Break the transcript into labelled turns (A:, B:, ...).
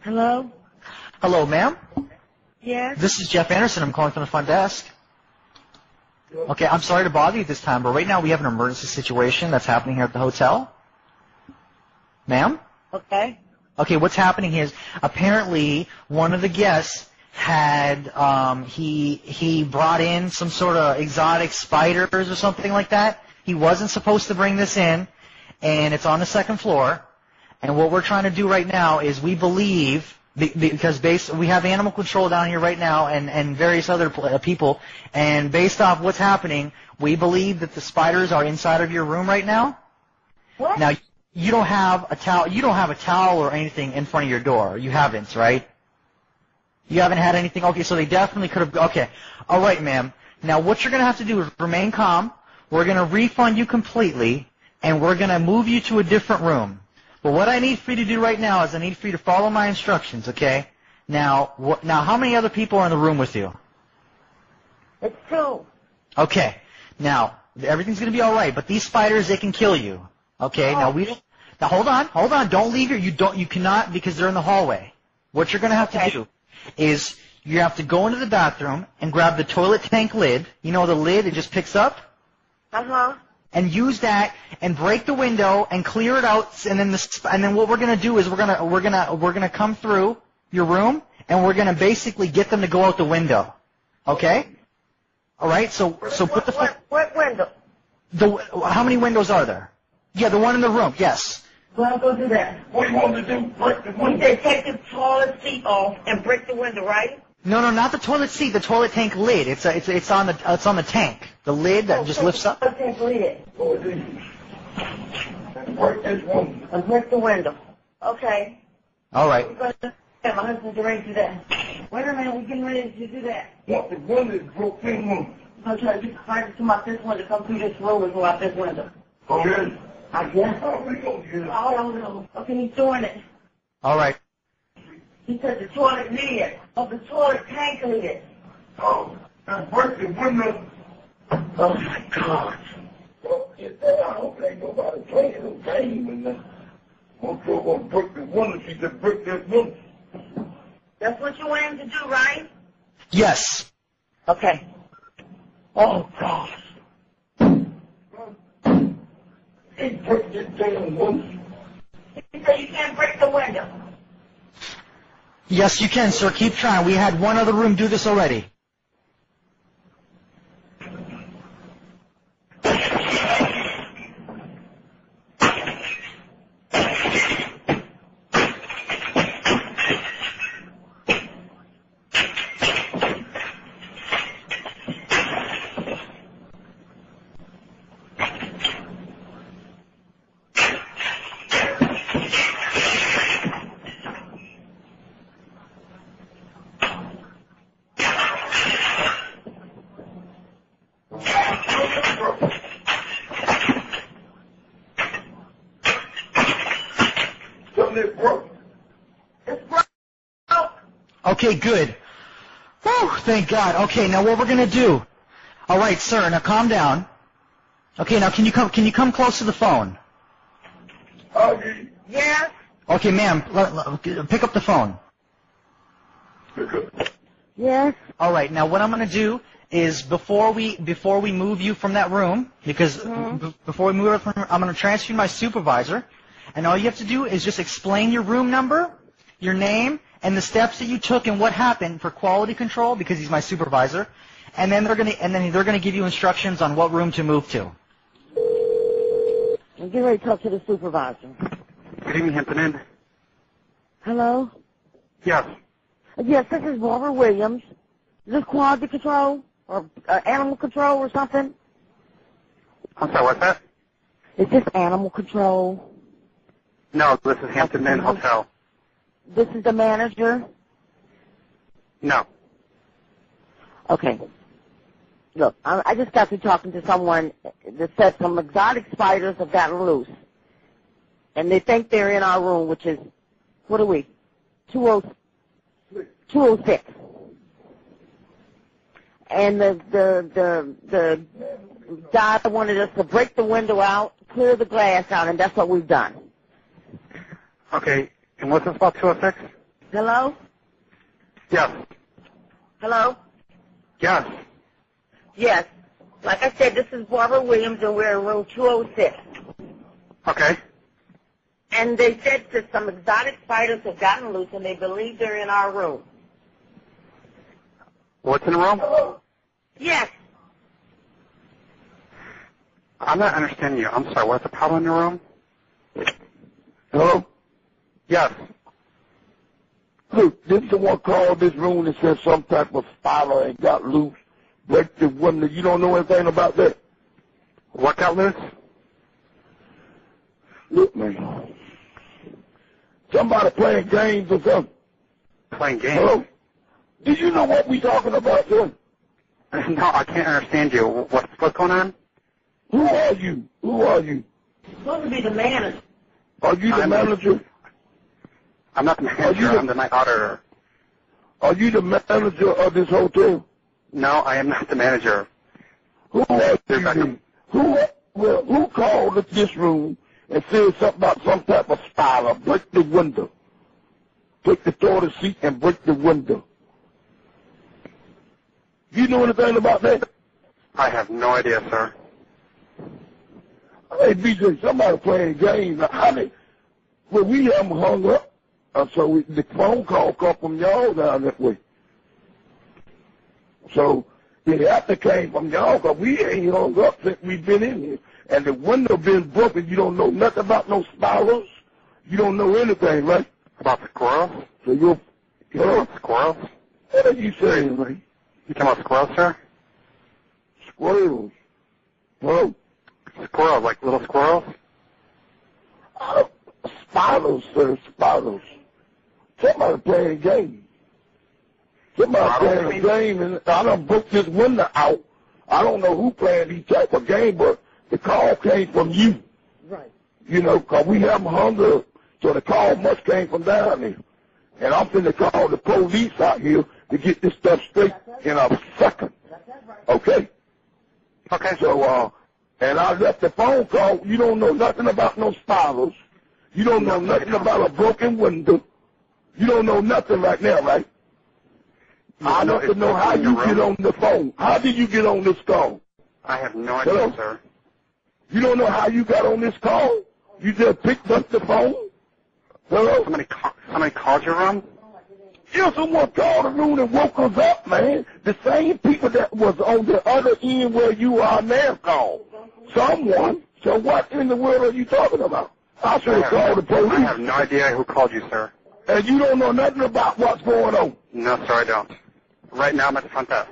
A: Hello?
B: Hello, ma'am.
A: Yes?
B: This is Jeff Anderson. I'm calling from the front desk. Okay, I'm sorry to bother you this time, but right now we have an emergency situation that's happening here at the hotel. Ma'am?
A: Okay.
B: Okay, what's happening is apparently one of the guests had um, he he brought in some sort of exotic spiders or something like that. He wasn't supposed to bring this in, and it's on the second floor. And what we're trying to do right now is we believe be- be- because based we have animal control down here right now and and various other pl- uh, people, and based off what's happening, we believe that the spiders are inside of your room right now.
A: What?
B: Now you don't have a towel. You don't have a towel or anything in front of your door. You haven't, right? You haven't had anything. Okay, so they definitely could have. Okay, all right, ma'am. Now what you're gonna have to do is remain calm. We're gonna refund you completely, and we're gonna move you to a different room. But what I need for you to do right now is I need for you to follow my instructions. Okay? Now, what, now how many other people are in the room with you?
A: It's two.
B: Okay. Now, everything's going to be all right, but these spiders, they can kill you. Okay. Now we don't. Now hold on, hold on. Don't leave here. You don't. You cannot because they're in the hallway. What you're going to have
A: Okay.
B: to do is you have to go into the bathroom and grab the toilet tank lid. You know the lid it just picks up,
A: Uh-huh.
B: and use that and break the window and clear it out. And then the sp- and then what we're going to do is we're going to we're going to we're going to come through your room and we're going to basically get them to go out the window. Okay. All right. So so put
A: what,
B: the. fu-
A: what, what window?
B: the how many windows are there? Yeah, the one in the room. Yes.
A: Well, go do that.
C: What you want to do? Break the
A: We
C: window.
A: said take the toilet seat off and break the window, right?
B: No, no, not the toilet seat. The toilet tank lid. It's a, it's it's on the it's on the tank. The lid that just lifts up.
A: Okay, lid
C: Go with these. And break this window.
A: and break the window. Okay.
B: All right.
A: We're gonna, yeah, my husband's getting ready to do that. Wait a minute, we're getting ready to do that.
C: Want the window is broke in room.
A: I'm trying to get spiders to come out this window, come through this room and go out this window.
C: Okay?
A: I guess.
C: How we gonna get it?
A: I don't know. Okay, he's doing it.
B: All right.
A: He said the toilet lid, of the toilet tank lid.
C: Oh, and break the window.
A: Oh my God.
C: Well, if that, I hope ain't nobody playing no game and that. One girl gonna break the window, she said break that window.
A: That's what you want him to do, right?
B: Yes.
A: Okay.
C: Oh, gosh. He break that damn window.
A: He said you can't break the window.
B: Yes, you can, sir. Keep trying. We had one other room do this already.
C: Tell me it broke.
A: It's broke. Oh,
B: Okay, good. Whew, thank God. Okay, now what we're gonna do? All right, sir. Now calm down. Okay, now can you come can you come close to the phone?
C: I'll get you.
A: Yes.
B: Okay, ma'am. Let, let- pick up the phone.
C: Because
A: Yes.
B: All right. Now what I'm going to do is before we before we move you from that room because b- before we move her from I'm going to transfer you to my supervisor and all you have to do is just explain your room number, your name, and the steps that you took and what happened for quality control because he's my supervisor. And then they're going to and then they're going to give you instructions on what room to move to.
A: I'm getting ready to talk to the supervisor.
D: Good evening, Hampton Inn.
A: Hello?
D: Yes.
A: Yes, this is Barbara Williams. Is this quality control or uh, animal control or something?
D: I'm sorry, what's that?
A: Is this animal control?
D: No, this is Hampton Inn Hotel.
A: This is the manager?
D: No.
A: Okay. Look, I, I just got through talking to someone that said some exotic spiders have gotten loose, and they think they're in our room, which is what are we? oh, 20- 206. And the the the the guy wanted us to break the window out, clear the glass out, and that's what we've done.
D: Okay, and what's this about 206?
A: Hello?
D: Yes.
A: Hello?
D: Yes.
A: Yes. Like I said, this is Barbara Williams, and we're in room 206.
D: Okay.
A: And they said that some exotic spiders have gotten loose, and they believe they're in our room.
D: What's in the room?
A: Yes.
D: I'm not understanding you. I'm sorry. What's the problem in the room?
C: Hello?
D: Yes.
C: Look, did someone call this room and said some type of spider and got loose? Break the window. You don't know anything about that?
D: What got loose?
C: Look, man. Somebody playing games or something.
D: Playing games.
C: Hello? Do you know what we talking about, sir?
D: No, I can't understand you. What's, what's going on?
C: Who are you? Who are you?
A: Supposed to be the manager.
C: Are you the
D: I'm-
C: manager?
D: I'm not the manager.
C: you-
D: I'm the night auditor.
C: Are you the manager of this hotel?
D: No, I am not the manager.
C: Who are
D: They're
C: you?
D: back up.
C: then? Who well, who called at this room and said something about some type of spider? Break the window. Take the toilet seat and break the window. You know anything about that?
D: I have no idea, sir.
C: Hey, BJ, somebody playing games. Now, How did, well, we haven't hung up, uh, so we, the phone call come from y'all down that way. So it have to came from y'all, because we ain't hung up since we been in here. And the window been broken. You don't know nothing about no spirals. You don't know anything, right?
D: About squirrels?
C: So you're,
D: You talking
C: huh?
D: about squirrels?
C: What are you saying, man?
D: You talking about squirrels, sir?
C: Squirrels. Huh?
D: Squirrels, like little squirrels?
C: Uh, spirals, sir, spirals. Somebody playing games. Somebody playing
D: Spirals?
C: a game, and I done booked this window out. I don't know who playing these type of game, but the call came from you.
A: Right.
C: You know, 'cause we haven't hung up, so the call must came from down there. And I'm finna call the police out here to get this stuff straight in a second. Okay?
D: Okay.
C: So, uh, and I left the phone call. You don't know nothing about no spirals. You don't know nothing about a broken window. You don't know nothing right now, right? I
D: No,
C: want to
D: it's
C: know how
D: in the
C: you get on
D: room.
C: the phone. How did you get on this call?
D: I have no idea,
C: Hello?
D: sir.
C: You don't know how you got on this call? You just picked up the phone? Hello?
D: Somebody, ca- somebody called your room?
C: Yeah, someone called the room and woke us up, man. The same people that was on the other end where you are now called. Someone. So what in the world are you talking about? I should have called the
D: I have
C: police.
D: no idea who called you, sir.
C: And you don't know nothing about what's going on.
D: No, sir, I don't. Right now, I'm at the front desk.